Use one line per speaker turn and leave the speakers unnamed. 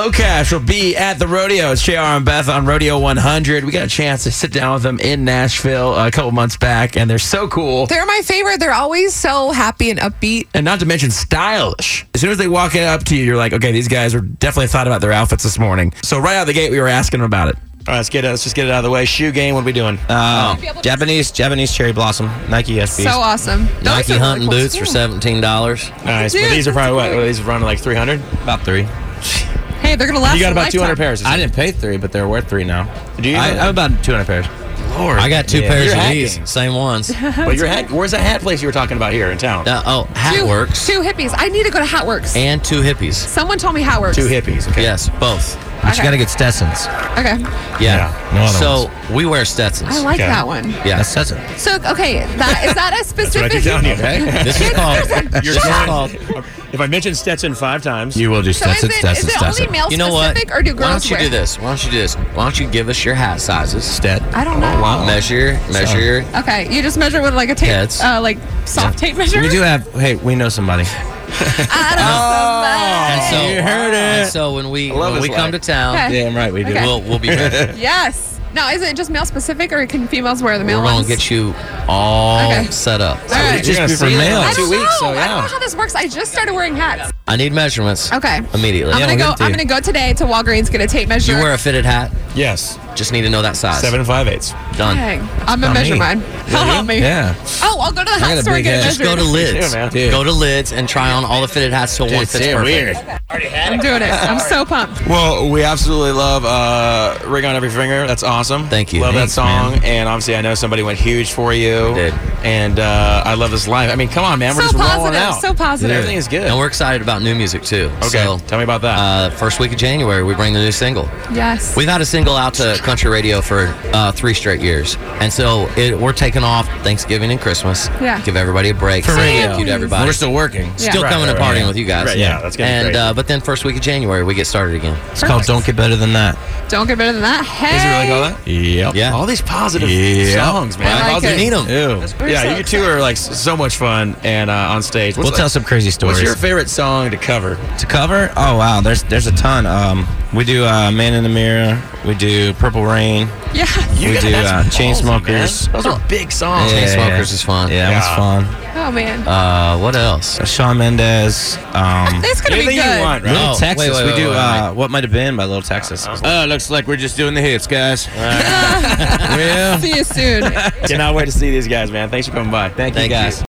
Locash will be at the rodeo. It's JR and Beth on Rodeo 100. We got a chance to sit down with them in Nashville a couple months back, and they're so cool.
They're my favorite. They're always so happy and upbeat.
and not to mention stylish. As soon as they walk in up to you, you're like, okay, these guys are definitely thought about their outfits this morning. So right out of the gate, we were asking them about it.
All right, let's get it. Let's just get it out of the way. Shoe game. What are we doing?
Uh,
be able to-
Japanese Japanese cherry blossom Nike SBs.
So awesome. Those
Nike
are really
hunting
cool,
boots
too.
for seventeen dollars.
nice.
dude,
But these are probably what?
that's
what are these running like 300.
About three.
Hey, they're gonna last.
You got
a
about 200
lifetime.
pairs.
I didn't pay three, but they're worth three now.
Do you?
I, I'm about two hundred pairs.
Lord.
I got two
Yeah.
pairs
You're
of
hacking.
these, same ones. uh,
But your hat. Where's that hat place you were talking about here in town?
oh, hat
Two,
works
Two hippies. I need to go to Hatworks.
and two hippies.
Someone told me Hatworks.
Two hippies. Okay.
Yes, both. But
Okay.
you got to get Stetsons.
Okay,
Yeah.
Yeah, no other
so we wear Stetsons.
I like
Okay.
that one.
yeah, Stetson.
So okay, that is that a specific?
Right down here.
Okay. This is called.
You're
this is
fine.
called.
If I mention Stetson five times,
will do
So is Stetson, it- Stetson, is it only Stetson. male
You know what?
specific or do
Why
girls
don't you
wear-
do this? Why don't you do this? Why don't you give us your hat sizes? Stet.
I don't
Oh,
know.
Measure, measure your
Oh,
Okay, you just measure with like a tape,
Yeah, it's-
uh, like soft tape measure.
We do have. Hey, we know somebody.
I
And
don't
Oh. so
know.
you heard it. And so when we
love
when we
this
come
life.
to town,
Okay.
damn right we do.
Okay.
we'll we'll be ready.
Yes. Now, is it just male specific, or can females wear the male
We're gonna
ones?
get you all
Okay.
set up.
All right.
Just
You're gonna
for
see it.
I
males.
don't
Two
know.
weeks, so
I don't know
yeah.
how this works. I just started wearing hats.
I need measurements.
Okay.
Immediately.
I'm
Yeah,
gonna
we'll
go.
get it
I'm
to
gonna go
you.
today to Walgreens get a tape measure.
You wear a fitted hat.
Yes.
Just need to know that size.
Seven and five eighths.
Done.
Dang, I'm gonna
Not
measure
me.
mine. He'll help me. Oh, I'll go to the
got
hat
a
store and
big
get it
Just
measured.
go to lids.
Yeah, man.
Dude. Go to lids and try on all the fitted hats till one fits perfect.
I'm doing it. I'm so pumped.
Well, we absolutely love uh, "Ring on Every Finger." That's awesome.
Thank you.
Love
Thanks,
that song,
man.
and obviously, I know somebody went huge for you.
Did.
And uh, I love this live. I mean, come on, man, we're
So
just rolling
positive,
out.
so positive.
Everything is good.
And we're excited about new music too.
okay,
So,
tell me about that.
uh, first week of January, we bring the new single.
Yes.
We've had a single out to country radio for uh, three straight years, and so it, we're taking off Thanksgiving and Christmas.
Yeah.
Give everybody a break. For
radio.
Thank you to everybody.
still working. It's
Yeah.
still
Right,
coming
right,
and
right,
partying
yeah.
with you guys.
Right, yeah, that's gonna be
And
great.
uh, but then first week of January, we get started again.
called Don't Get Better Than That.
Don't get better than that. Hey.
is it really called that?
Yep.
Yeah.
All these positive
Yeah.
songs,
I
man.
like
We
it.
need them.
Ew.
We're
yeah,
so
you two are like s- so much fun, and uh, on stage. What's
We'll tell
like-
some crazy
What's
stories.
your favorite song to cover?
to cover? Oh wow, there's there's a ton. Um, we do uh, Man in the Mirror. We do Purple Rain.
Yeah.
we
got-
do
that's
uh,
ballsy, man.
Chainsmokers.
Those are big songs.
Yeah. Chainsmokers is fun.
Yeah, that
Yeah.
was fun.
Oh man.
Uh, what else?
Shawn Mendes. Um,
This could be
Anything
good.
you want, right?
Little
Oh,
Texas.
wait, wait,
we
wait,
do
wait,
uh, what might have been by Little Texas. Uh, looks like we're just doing the hits, guys.
See you soon.
Cannot wait to see these guys, man. Thanks for coming by.
Thank you,
Thank you.
guys.